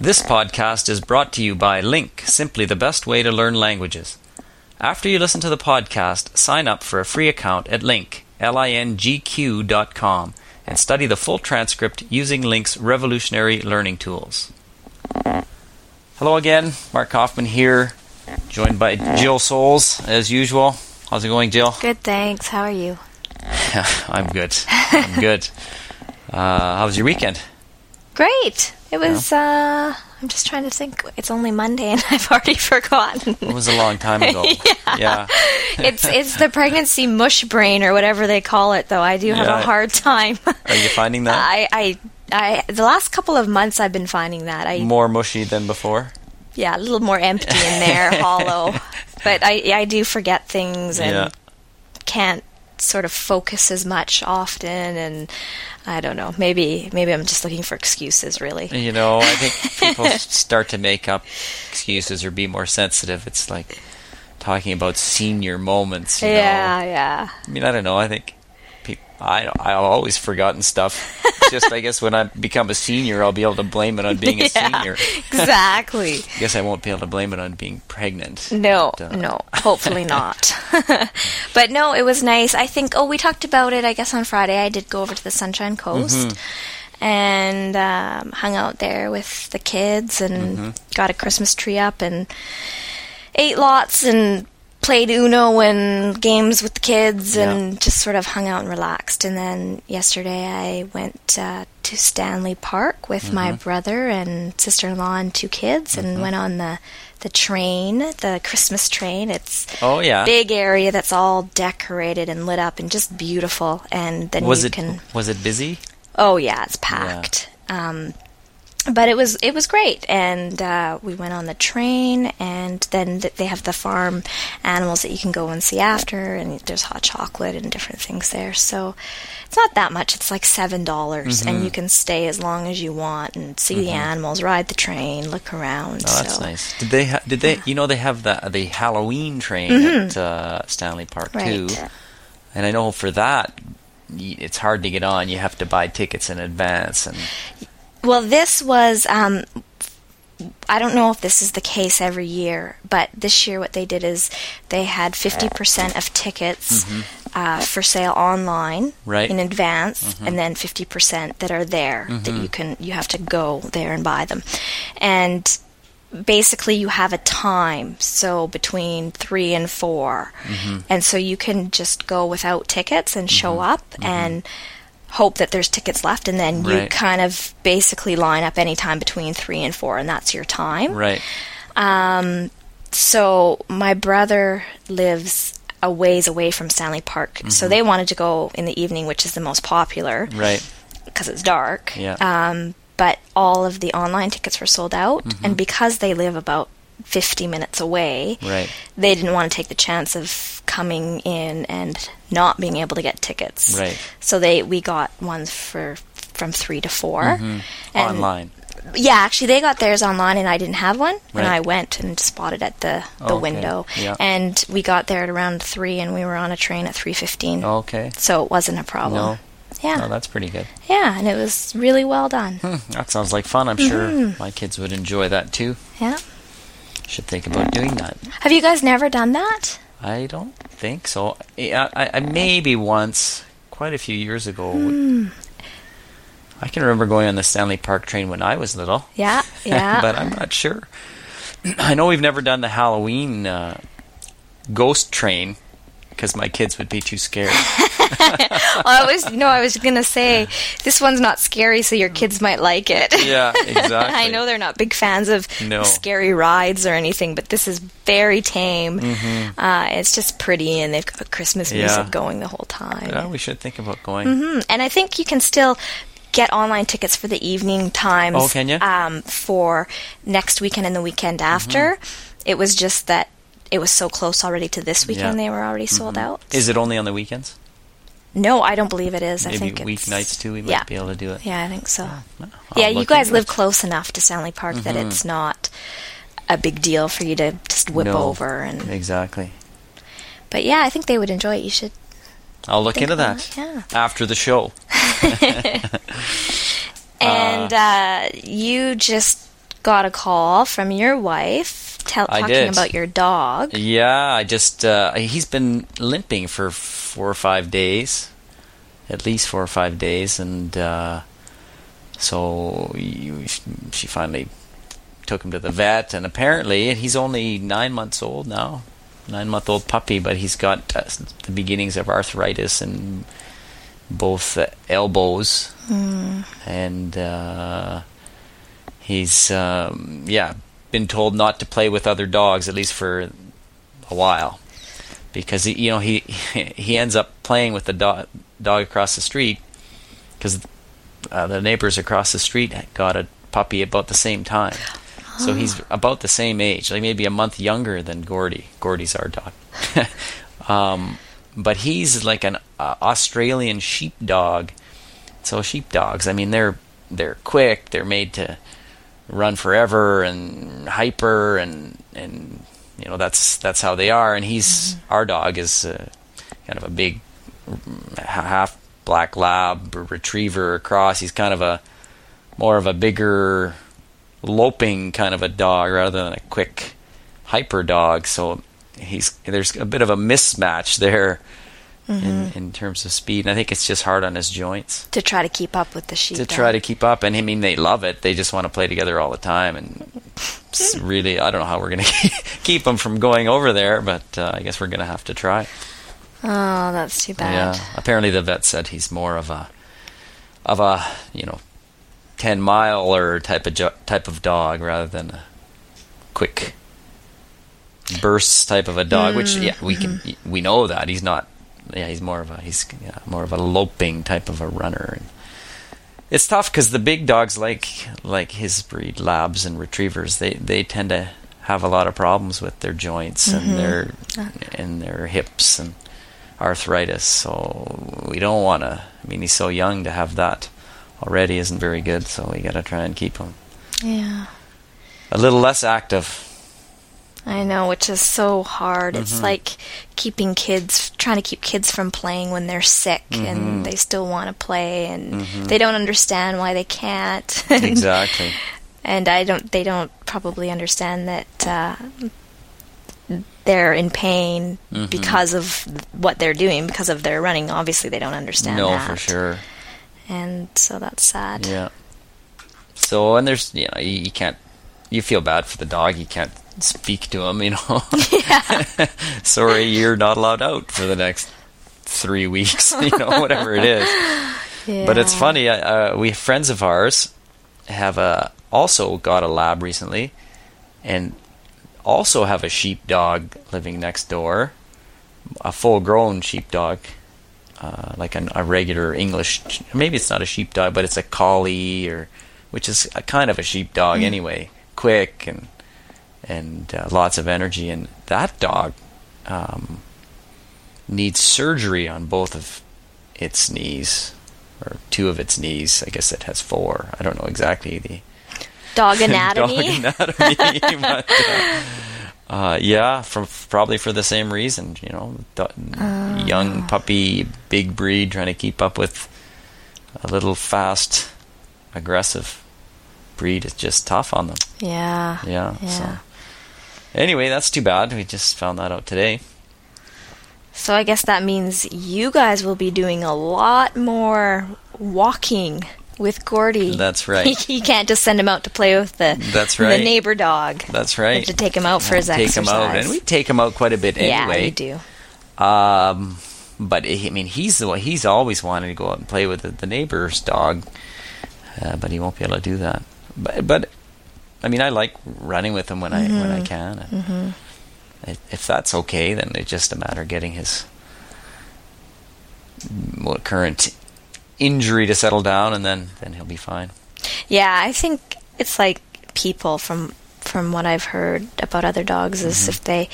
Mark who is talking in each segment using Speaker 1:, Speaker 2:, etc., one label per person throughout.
Speaker 1: This podcast is brought to you by Link, simply the best way to learn languages. After you listen to the podcast, sign up for a free account at Link, L-I-N-G-Q dot com, and study the full transcript using Link's revolutionary learning tools. Hello again, Mark Kaufman here, joined by Jill Souls, as usual. How's it going, Jill?
Speaker 2: Good, thanks. How are you?
Speaker 1: I'm good. I'm good. Uh, how was your weekend?
Speaker 2: Great. It was. Uh, I'm just trying to think. It's only Monday, and I've already forgotten.
Speaker 1: It was a long time ago.
Speaker 2: Yeah.
Speaker 1: yeah.
Speaker 2: it's it's the pregnancy mush brain or whatever they call it. Though I do have
Speaker 1: Yeah.
Speaker 2: a hard time.
Speaker 1: Are you finding that?
Speaker 2: I, I I the last couple of months I've been finding that I
Speaker 1: more mushy than before.
Speaker 2: yeah a little more empty in there, hollow. But I I do forget things and
Speaker 1: Yeah.
Speaker 2: can't sort of focus as much often and I don't know maybe maybe I'm just looking for excuses really.
Speaker 1: You know, I think people s- start to make up excuses or be more sensitive. It's like talking about senior moments. You
Speaker 2: yeah,
Speaker 1: Know?
Speaker 2: yeah.
Speaker 1: I mean, I don't know. I think people. I don't- I've always forgotten stuff. It's just I guess when I become a senior, I'll be able to blame it on being a senior.
Speaker 2: exactly.
Speaker 1: I guess I won't be able to blame it on being pregnant.
Speaker 2: No,
Speaker 1: But, uh,
Speaker 2: no, hopefully not. but no, it was nice. I think, oh, we talked about it, I guess, on Friday. I did go over to the Sunshine Coast and um, hung out there with the kids and
Speaker 1: Mm-hmm.
Speaker 2: got a Christmas tree up and ate lots and played Uno and games with the kids and just sort of hung out and relaxed. And then yesterday I went uh, to Stanley Park with my
Speaker 1: Mm-hmm.
Speaker 2: brother and sister in law and two kids and went on the the train, the Christmas train. It's
Speaker 1: Oh yeah.
Speaker 2: big area that's all decorated and lit up and just beautiful. And then
Speaker 1: was
Speaker 2: you
Speaker 1: it
Speaker 2: can
Speaker 1: was it busy?
Speaker 2: Oh yeah, it's packed. Um, but it was it was great, and uh, we went on the train, and then th- they have the farm animals that you can go and see after, and there's hot chocolate and different things there. So it's not that much; it's like seven dollars,
Speaker 1: Mm-hmm.
Speaker 2: and you can stay as long as you want and see the animals, ride the train, look around.
Speaker 1: Oh, that's
Speaker 2: so.
Speaker 1: nice. Did they? Ha- did they? You know, they have the the Halloween train at uh, Stanley Park too.
Speaker 2: Mm-hmm. Right.
Speaker 1: And I know for that, y- it's hard to get on. You have to buy tickets in advance, and
Speaker 2: Well, this was. Um, I don't know if this is the case every year, but this year what they did is they had 50% of tickets uh, for sale online
Speaker 1: Mm-hmm. Right. Mm-hmm.
Speaker 2: in advance, and then 50% that are there that you can you have to go there and buy them, and basically you have a time so between three and 4
Speaker 1: Mm-hmm.
Speaker 2: and so you can just go without tickets and show up and hope that there's tickets left and then you
Speaker 1: Mm-hmm. Right.
Speaker 2: kind of basically line up any time between three and four and that's your time
Speaker 1: right.
Speaker 2: so my brother lives a ways away from stanley park so they wanted to go in the evening which is the most popular
Speaker 1: Mm-hmm. Right.
Speaker 2: because it's dark
Speaker 1: Yeah.
Speaker 2: um, but all of the online tickets were sold out
Speaker 1: Mm-hmm.
Speaker 2: and because they live about 50 minutes away
Speaker 1: Right.
Speaker 2: they didn't want to take the chance of coming in and not being able to get tickets.
Speaker 1: Right.
Speaker 2: So they we got ones for from three to 4 And-
Speaker 1: Mm-hmm. Online.
Speaker 2: Yeah, actually, they got theirs online, and I didn't have one. And
Speaker 1: Right. Oh,
Speaker 2: I went and spotted at the the
Speaker 1: Okay,
Speaker 2: window,
Speaker 1: yeah.
Speaker 2: and we got there at around three, and we were on a train at three fifteen.
Speaker 1: Okay.
Speaker 2: So it wasn't a problem.
Speaker 1: Oh. No.
Speaker 2: Yeah.
Speaker 1: Oh, that's pretty good.
Speaker 2: yeah, and it was really well done.
Speaker 1: That sounds like fun. I'm
Speaker 2: Mm-hmm.
Speaker 1: sure my kids would enjoy that too.
Speaker 2: Yeah.
Speaker 1: Should think about doing that.
Speaker 2: Have you guys never done that?
Speaker 1: I don't think so. I, I, I maybe once, quite a few years ago.
Speaker 2: Hmm.
Speaker 1: I can remember going on the Stanley Park train when I was little.
Speaker 2: Yeah, yeah.
Speaker 1: but I'm not sure. I know we've never done the Halloween uh, ghost train because my kids would be too scared.
Speaker 2: I was no, I was gonna say this one's not scary, so your kids might like it.
Speaker 1: Yeah, exactly.
Speaker 2: I know they're not big fans of
Speaker 1: No.
Speaker 2: scary rides or anything, but this is very tame. Uh, it's just pretty, and they've got Christmas
Speaker 1: Mm-hmm. Yeah.
Speaker 2: music going the whole time.
Speaker 1: Yeah, we should think about going.
Speaker 2: Mm, And I think you can still get online tickets for the evening times.
Speaker 1: Oh, can Mm-hmm. you?
Speaker 2: Um, for next weekend and the weekend after. It was just that it was so close already to this weekend;
Speaker 1: Yeah. Mm-hmm.
Speaker 2: they were already sold out.
Speaker 1: Is it only on the weekends?
Speaker 2: No, I don't believe it is. I
Speaker 1: Maybe
Speaker 2: think it's-
Speaker 1: weeknights too. We might
Speaker 2: yeah.
Speaker 1: be able to do it.
Speaker 2: Yeah, I think so.
Speaker 1: I'll
Speaker 2: yeah, you
Speaker 1: look into it.
Speaker 2: guys
Speaker 1: Mm-hmm.
Speaker 2: live close enough to Stanley Park that it's not a big deal for you to just whip
Speaker 1: No.
Speaker 2: over and
Speaker 1: Exactly.
Speaker 2: but yeah, I think they would enjoy it. You should
Speaker 1: I'll look
Speaker 2: Think
Speaker 1: into
Speaker 2: about
Speaker 1: that
Speaker 2: it, yeah.
Speaker 1: after the show.
Speaker 2: and uh, you just got a call from your wife tell,
Speaker 1: I
Speaker 2: talking
Speaker 1: did.
Speaker 2: about your dog.
Speaker 1: Yeah, I just uh, he's been limping for four or five days, at least four or five days, and uh, so you, she finally took him to the vet, and apparently and he's only nine months old now, nine month old puppy, but he's got uh, the beginnings of arthritis and both uh, elbows, and uh, he's um, yeah been told not to play with other dogs at least for a while because he, you know he he ends up playing with the dog dog across the street because uh, the neighbors across the street had got a puppy about the same time. So he's about the same age, like maybe a month younger than Gordy. Gordy's our dog. um, but he's like an uh, Australian sheepdog. So sheepdogs, I mean, they're they're quick. They're made to run forever and hyper and and you know that's that's how they are. And he's our dog is uh, kind of a big mm, h- half black lab r- retriever cross. He's kind of a more of a bigger loping kind of a dog rather than a quick hyper dog. So he's there's a bit of a mismatch there. In, in terms of speed, and I think it's just hard on his joints
Speaker 2: To try to keep up with the sheep.
Speaker 1: to try to keep up. And I mean, they love it. They just want to play together all the time. And it's really, I don't know how we're going to keep them from going over there, but uh, I guess we're going to have to try.
Speaker 2: Oh, that's too bad.
Speaker 1: Yeah. Apparently, the vet said he's more of a of a you know ten miler type of jo- type of dog rather than a quick bursts type of a dog. Which yeah, we can we know that he's not. Yeah, he's more of a he's yeah, more of a loping type of a runner. And it's tough because the big dogs like like his breed, labs and retrievers, they they tend to have a lot of problems with their joints and their and their hips and arthritis. So we don't want to. I mean, he's so young to have that already isn't very good. So we got to try and keep him
Speaker 2: Yeah.
Speaker 1: a little less active.
Speaker 2: I know, which is so hard.
Speaker 1: Mm-hmm.
Speaker 2: It's like keeping kids, trying to keep kids from playing when they're sick
Speaker 1: Mm-hmm.
Speaker 2: and they still want to play and they don't understand why they can't. And-
Speaker 1: Exactly.
Speaker 2: and I don't, they don't probably understand that uh, they're in pain
Speaker 1: Mm-hmm.
Speaker 2: because of what they're doing, because of their running. Obviously, they don't understand
Speaker 1: no,
Speaker 2: that.
Speaker 1: for sure.
Speaker 2: And so that's sad.
Speaker 1: Yeah. So and there's you know you, you can't you feel bad for the dog. You can't speak to him. You know. Sorry, you're not allowed out for the next three weeks. You know, whatever it is. But it's
Speaker 2: Yeah.
Speaker 1: funny. Uh, uh, we friends of ours have uh also got a lab recently, and also have a sheepdog living next door, a full-grown sheepdog, uh, like an, a regular English. Maybe it's not a sheepdog, but it's a collie or, which is a kind of a sheepdog anyway. Quick and and uh, lots of energy, and that dog um, needs surgery on both of its knees or two of its knees. I guess it has four. I don't know exactly the
Speaker 2: Dog anatomy.
Speaker 1: dog anatomy. but, uh, uh, yeah, from probably for the same reason. You know, do-
Speaker 2: Uh.
Speaker 1: young puppy, big breed, trying to keep up with a little fast, aggressive breed is just tough on them.
Speaker 2: yeah.
Speaker 1: Yeah.
Speaker 2: Yeah.
Speaker 1: So anyway, that's too bad. We just found that out today.
Speaker 2: So I guess that means you guys will be doing a lot more walking with Gordy.
Speaker 1: That's right.
Speaker 2: He, can't just send him out to play with the
Speaker 1: That's right.
Speaker 2: the neighbor dog.
Speaker 1: That's
Speaker 2: You
Speaker 1: right.
Speaker 2: have to take him out for his
Speaker 1: take him
Speaker 2: exercise.
Speaker 1: out, and we take him out quite a bit
Speaker 2: yeah,
Speaker 1: anyway.
Speaker 2: we do.
Speaker 1: Um, but I mean, he's the one, he's always wanted to go out and play with the, the neighbor's dog, uh, but he won't be able to do that. But but I mean, I like running with him when I when I
Speaker 2: Mm-hmm.
Speaker 1: can. And if- If that's okay, then it's just a matter of getting his well, current injury to settle down, and then then he'll be fine.
Speaker 2: Yeah, I think it's like people from from what I've heard about other dogs
Speaker 1: Mm-hmm.
Speaker 2: is if they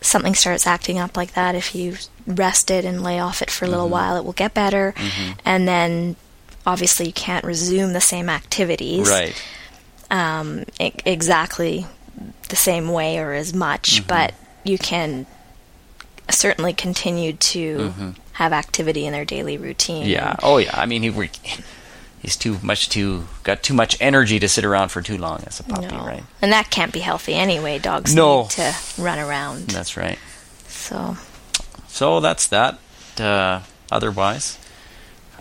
Speaker 2: something starts acting up like that, if you rest it and lay off it for a
Speaker 1: Mm-hmm.
Speaker 2: little while, it will get better, and then obviously you can't resume the same activities.
Speaker 1: Right.
Speaker 2: um, e- exactly the same way or as much,
Speaker 1: Mm-hmm.
Speaker 2: but you can certainly
Speaker 1: Mm-hmm.
Speaker 2: continue to have activity in their daily routine.
Speaker 1: Yeah. Oh, yeah. I mean, he we, he's too much too got too much energy to sit around for too long as a puppy,
Speaker 2: no.
Speaker 1: right?
Speaker 2: And that can't be healthy anyway. Dogs
Speaker 1: No.
Speaker 2: need to run around.
Speaker 1: That's right.
Speaker 2: So,
Speaker 1: So that's that. Uh, otherwise,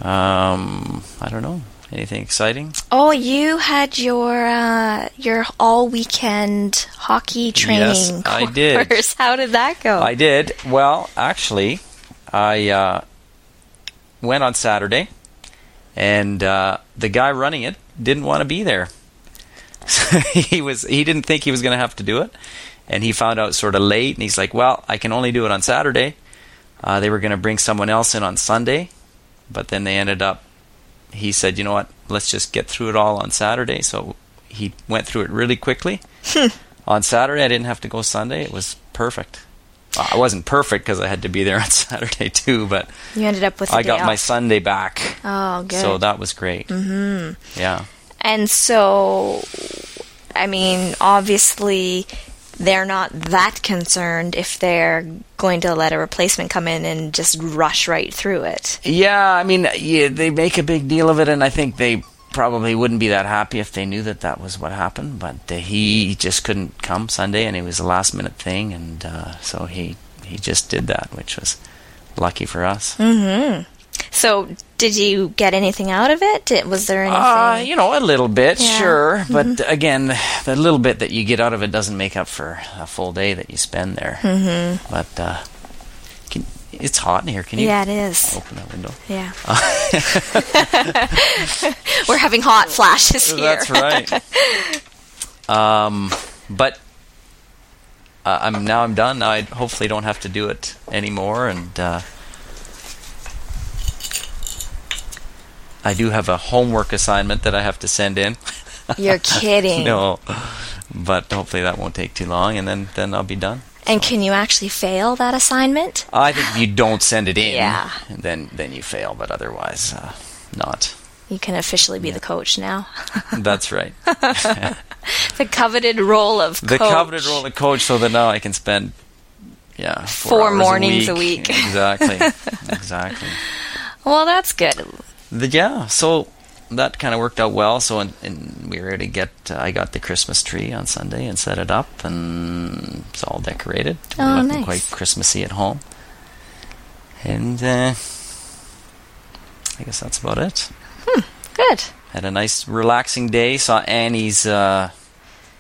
Speaker 1: um, I don't know anything exciting.
Speaker 2: oh, you had your uh, your all weekend hockey training
Speaker 1: Yes, I did.
Speaker 2: course. How did that go?
Speaker 1: I did. Well, actually, I uh, went on Saturday, and uh, the guy running it didn't want to be there. So he was he didn't think he was going to have to do it, and he found out sort of late, and he's like, "Well, I can only do it on Saturday." Uh, they were going to bring someone else in on Sunday, but then they ended up. He said, "You know what? Let's just get through it all on Saturday." So he went through it really quickly. on Saturday, I didn't have to go Sunday. It was perfect. Well, I wasn't perfect because I had to be there on Saturday too, but
Speaker 2: you ended up with. The
Speaker 1: I
Speaker 2: day
Speaker 1: got my
Speaker 2: off.
Speaker 1: Sunday back.
Speaker 2: Oh, good.
Speaker 1: So that was great. Mm-hmm. Yeah.
Speaker 2: And so, I mean, obviously, they're not that concerned if they're going to let a replacement come in and just rush right through it.
Speaker 1: Yeah, I mean, yeah, they make a big deal of it, and I think they probably wouldn't be that happy if they knew that that was what happened. But uh, he just couldn't come Sunday, and it was a last minute thing, and uh, so he he just did that, which was lucky for us.
Speaker 2: So, did you get anything out of it? Did, was there anything?
Speaker 1: Uh, you know, a little bit,
Speaker 2: Yeah. Mm-hmm.
Speaker 1: sure. But again, the little bit that you get out of it doesn't make up for a full day that you spend there. Mm-hmm. But uh, can, it's hot in here. Can you
Speaker 2: yeah, it is.
Speaker 1: open that window?
Speaker 2: Yeah. We're having hot flashes here.
Speaker 1: That's right. um, but uh, I'm now I'm done. I hopefully don't have to do it anymore, and uh, I do have a homework assignment that I have to send in.
Speaker 2: You're kidding.
Speaker 1: No, but hopefully that won't take too long, and then then I'll be done.
Speaker 2: And can you actually fail that assignment?
Speaker 1: I think if you don't send it in,
Speaker 2: Yeah.
Speaker 1: then then you fail. But otherwise, uh, not.
Speaker 2: You can officially be the coach now.
Speaker 1: That's right.
Speaker 2: the coveted role of
Speaker 1: The
Speaker 2: coach.
Speaker 1: coveted role of coach, so that now I can spend yeah
Speaker 2: Four
Speaker 1: hours
Speaker 2: mornings a week.
Speaker 1: exactly, exactly.
Speaker 2: Well, that's good.
Speaker 1: The, yeah, so that kind of worked out well. So and, and we were able to get uh, I got the Christmas tree on Sunday and set it up, and it's all decorated. We're
Speaker 2: Oh,
Speaker 1: looking
Speaker 2: nice.
Speaker 1: quite Christmassy at home. And uh, I guess that's about it.
Speaker 2: Good.
Speaker 1: Had a nice relaxing day. Saw Annie's uh,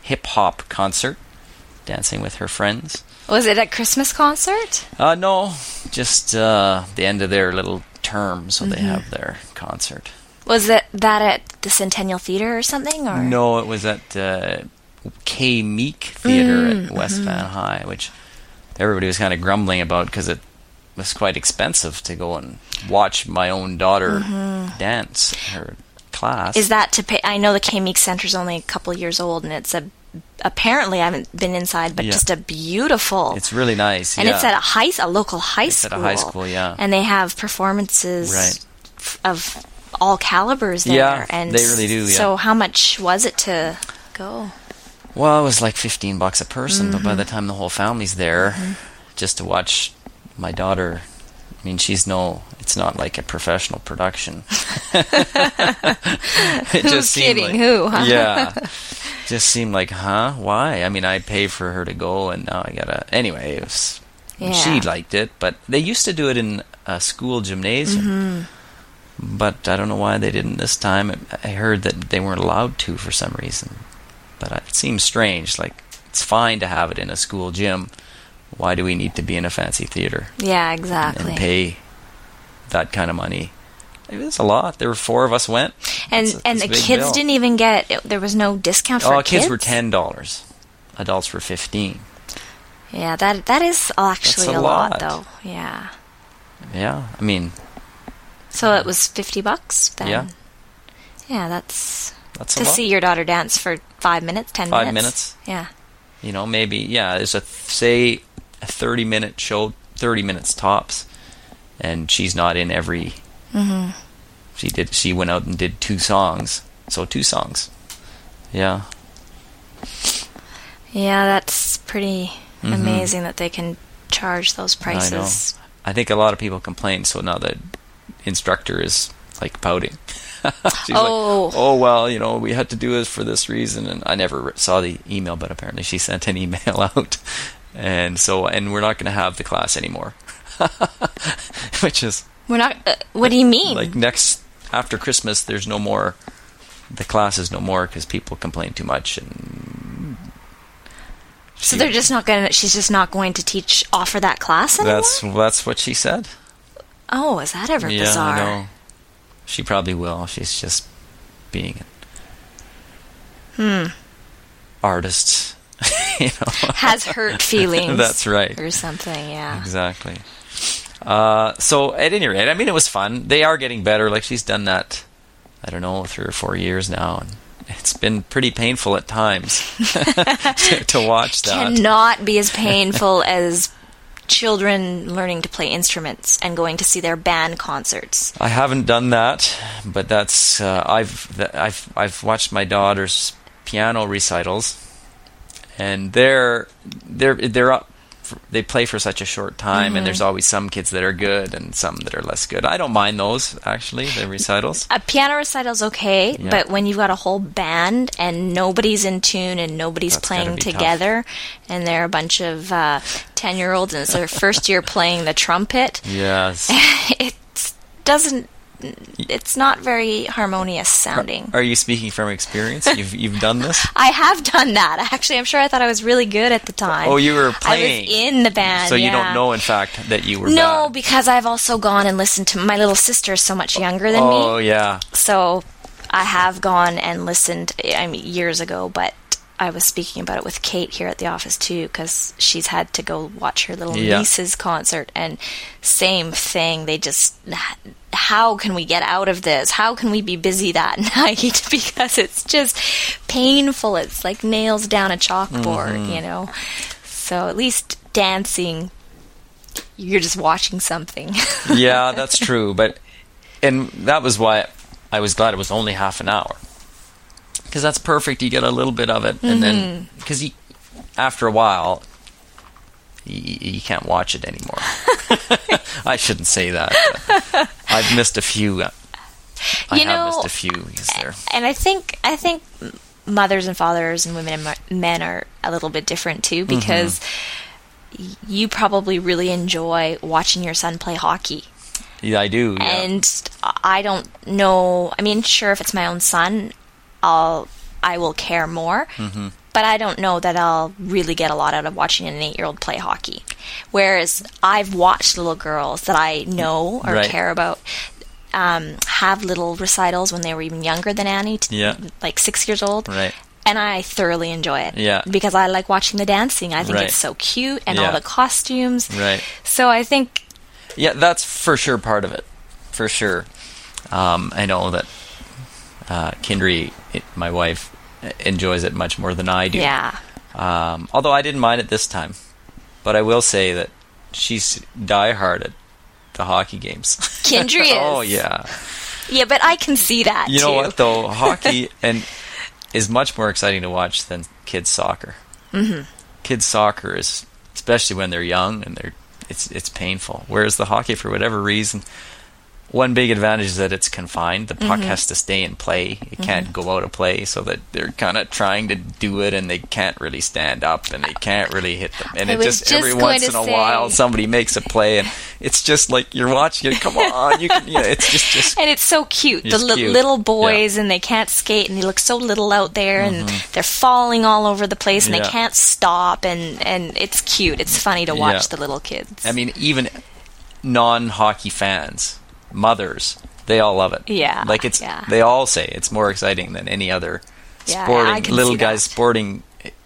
Speaker 1: hip hop concert, dancing with her friends.
Speaker 2: Was it a Christmas concert?
Speaker 1: Uh, no, just uh, the end of their little term, so
Speaker 2: Mm-hmm.
Speaker 1: they have their concert.
Speaker 2: Was it that at the Centennial Theater or something? Or
Speaker 1: No, it was at uh, K Meek Theater
Speaker 2: Mm,
Speaker 1: at
Speaker 2: uh-huh.
Speaker 1: West Van High, which everybody was kind of grumbling about because it was quite expensive to go and watch my own daughter dance her class.
Speaker 2: Mm-hmm. Is that to pay? I know the K Meek Center's only a couple years old, and it's a apparently I haven't been inside, but
Speaker 1: Yeah.
Speaker 2: just a beautiful.
Speaker 1: it's really nice.
Speaker 2: and
Speaker 1: yeah.
Speaker 2: it's at a high, a local high
Speaker 1: at
Speaker 2: school.
Speaker 1: a high school, yeah.
Speaker 2: And they have performances
Speaker 1: Right.
Speaker 2: f- of all calibers there.
Speaker 1: Yeah,
Speaker 2: and
Speaker 1: they really do, yeah.
Speaker 2: So how much was it to go?
Speaker 1: Well, it was like 15 bucks a person, but by
Speaker 2: Mm-hmm.
Speaker 1: the time the whole family's there, just to watch my daughter, I mean, she's no, it's not like a professional production. it just seemed
Speaker 2: kidding?
Speaker 1: like-
Speaker 2: Who, huh?
Speaker 1: Yeah. just seemed like, huh? Why? I mean, I pay for her to go, and now I gotta. Anyway, it was. She
Speaker 2: Yeah.
Speaker 1: liked it, but they used to do it in a school gymnasium.
Speaker 2: Mm-hmm.
Speaker 1: But I don't know why they didn't this time. I- I heard that they weren't allowed to for some reason. But it seems strange. Like, it's fine to have it in a school gym. Why do we need to be in a fancy theater
Speaker 2: Yeah,
Speaker 1: and
Speaker 2: exactly.
Speaker 1: pay that kind of money? It was a lot. There were four of us went.
Speaker 2: and
Speaker 1: It's a-
Speaker 2: and
Speaker 1: it's a
Speaker 2: the
Speaker 1: big
Speaker 2: kids
Speaker 1: bill.
Speaker 2: didn't even get it. There was no discount for
Speaker 1: Oh, kids were ten dollars. Adults were fifteen.
Speaker 2: Yeah, that that is actually
Speaker 1: a
Speaker 2: a lot,
Speaker 1: lot.
Speaker 2: though. Yeah.
Speaker 1: Yeah, I mean
Speaker 2: So it was fifty bucks then.
Speaker 1: Yeah.
Speaker 2: Yeah, that's
Speaker 1: that's a
Speaker 2: to
Speaker 1: lot.
Speaker 2: see your daughter dance for five minutes, ten
Speaker 1: Five
Speaker 2: minutes. Yeah.
Speaker 1: you know, maybe yeah. There's a th- say a thirty minute show, thirty minutes tops, and she's not in every. She did. She went out and did two songs, so two songs. Yeah,
Speaker 2: Yeah, that's pretty amazing that they can charge those
Speaker 1: Mm-hmm. I know.
Speaker 2: prices.
Speaker 1: I think a lot of people complain. So now the instructor is like pouting. She's
Speaker 2: Oh.
Speaker 1: like, oh well, you know, we had to do this for this reason, and I never re- saw the email, but apparently she sent an email out, and so and we're not going to have the class anymore, which is
Speaker 2: We're not. Uh, what do you mean?
Speaker 1: like next after Christmas, there's no more. The class is no more because people complain too much, and
Speaker 2: so they're just not gonna. She's just not going to teach. Offer that class anymore.
Speaker 1: that's that's what she said.
Speaker 2: oh, is that ever bizarre?
Speaker 1: I know. She probably will. She's just being an artist. you know.
Speaker 2: Has hurt feelings.
Speaker 1: That's right.
Speaker 2: Or something. Yeah.
Speaker 1: Exactly. Uh, so at any rate, I mean, it was fun. They are getting better. Like she's done that, I don't know, three or four years now, and it's been pretty painful at times to, to watch that.
Speaker 2: Cannot be as painful as children learning to play instruments and going to see their band concerts.
Speaker 1: I haven't done that, but that's uh, I've th- I've I've watched my daughter's piano recitals, and they're they're they're up. For, they play for such a short time,
Speaker 2: Mm-hmm.
Speaker 1: and there's always some kids that are good and some that are less good. I don't mind those actually, the recitals.
Speaker 2: A piano recital's okay,
Speaker 1: Yeah.
Speaker 2: but when you've got a whole band and nobody's in tune and nobody's
Speaker 1: That's gotta
Speaker 2: playing
Speaker 1: be tough.
Speaker 2: together, and they're a bunch of uh, ten-year-olds and it's their first year playing the trumpet,
Speaker 1: Yes.
Speaker 2: it doesn't. It's not very harmonious sounding.
Speaker 1: Are you speaking from experience? You've you've done this.
Speaker 2: I have done that actually. I'm sure I thought I was really good at the time.
Speaker 1: Oh, you were playing.
Speaker 2: I was in the band,
Speaker 1: so you
Speaker 2: Uh, yeah.
Speaker 1: don't know, in fact, that you were.
Speaker 2: No,
Speaker 1: bad.
Speaker 2: because I've also gone and listened to my little sister is so much younger than me.
Speaker 1: Oh yeah.
Speaker 2: So I have gone and listened, I mean, years ago, but I was speaking about it with Kate here at the office too, because she's had to go watch her little
Speaker 1: Yeah.
Speaker 2: niece's concert, and same thing. They just, how can we get out of this? How can we be busy that night? because it's just painful. It's like nails down a chalkboard, you know? So at least dancing, you're just watching something.
Speaker 1: yeah, that's true. But and that was why I was glad it was only half an hour because that's perfect. You get a little bit of it, and then
Speaker 2: Mm-hmm.
Speaker 1: because you after a while you, you can't watch it anymore. I shouldn't say that. but I've missed a few. I have
Speaker 2: You know,
Speaker 1: missed a few. Is there?
Speaker 2: and I think I think m- mothers and fathers and women and mo- men are a little bit different too because y you probably really enjoy watching your son play hockey
Speaker 1: Yeah, I do. yeah.
Speaker 2: and I don't know I mean sure if it's my own son I'll I will care more
Speaker 1: Mm-hmm.
Speaker 2: but I don't know that I'll really get a lot out of watching an 8-year-old play hockey whereas I've watched little girls that I know or
Speaker 1: Right.
Speaker 2: care about um, have little recitals when they were even younger than Annie t-
Speaker 1: Yeah.
Speaker 2: like 6 years old
Speaker 1: Right.
Speaker 2: and I thoroughly enjoy it
Speaker 1: Yeah.
Speaker 2: because I like watching the dancing I think
Speaker 1: Right.
Speaker 2: it's so cute and
Speaker 1: Yeah.
Speaker 2: all the costumes
Speaker 1: Right.
Speaker 2: so I think
Speaker 1: Yeah, that's for sure part of it, for sure. Um, I know that uh, Kindry, it, my wife, e- enjoys it much more than I do.
Speaker 2: yeah
Speaker 1: Um, although I didn't mind it this time, but I will say that she's diehard at the hockey games.
Speaker 2: Kindry is
Speaker 1: oh yeah.
Speaker 2: Yeah, but I can see that.
Speaker 1: You
Speaker 2: too.
Speaker 1: know what though, hockey and is much more exciting to watch than kids soccer. Mm-hmm. Kids soccer is especially when they're young and they're it's it's painful. Whereas the hockey, for whatever reason, one big advantage is that it's confined. The puck
Speaker 2: Mm-hmm.
Speaker 1: has to stay in play; it can't go out of play. So that they're kind of trying to do it, and they can't really stand up, and they can't really hit them. And
Speaker 2: I
Speaker 1: it
Speaker 2: was
Speaker 1: just,
Speaker 2: just
Speaker 1: every
Speaker 2: going
Speaker 1: once
Speaker 2: to
Speaker 1: in a
Speaker 2: say-
Speaker 1: while, somebody makes a play, and it's just like you're watching it. Come on, you can. Yeah, it's just just
Speaker 2: And it's so cute.
Speaker 1: It's
Speaker 2: the li-
Speaker 1: cute.
Speaker 2: little boys, and they can't skate, and they look so little out there, and they're falling all over the place, and
Speaker 1: Mm-hmm. Yeah.
Speaker 2: they can't stop, and, and it's cute. It's funny to watch
Speaker 1: Yeah.
Speaker 2: the little kids.
Speaker 1: I mean, even non-hockey fans, mothers, they all love it.
Speaker 2: Yeah,
Speaker 1: like it's
Speaker 2: yeah.
Speaker 1: they all say it's more exciting than any other
Speaker 2: Yeah,
Speaker 1: sporting
Speaker 2: I can
Speaker 1: little
Speaker 2: see
Speaker 1: guys
Speaker 2: that.
Speaker 1: sporting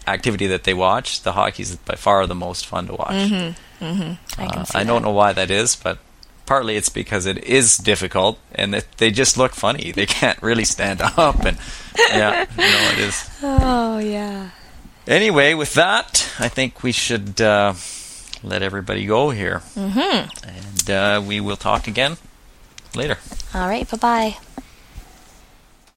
Speaker 1: activity that they watch. The hockey's by far the most fun to watch.
Speaker 2: Mm-hmm, I
Speaker 1: Uh,
Speaker 2: can see
Speaker 1: I don't know why that is, but partly it's because it is difficult and that they just look funny. They can't really stand up and yeah, you know it is.
Speaker 2: Oh, yeah.
Speaker 1: Anyway, with that, I think we should uh, let everybody go here. Mm-hmm. And uh, we will talk again later.
Speaker 2: All right, bye bye.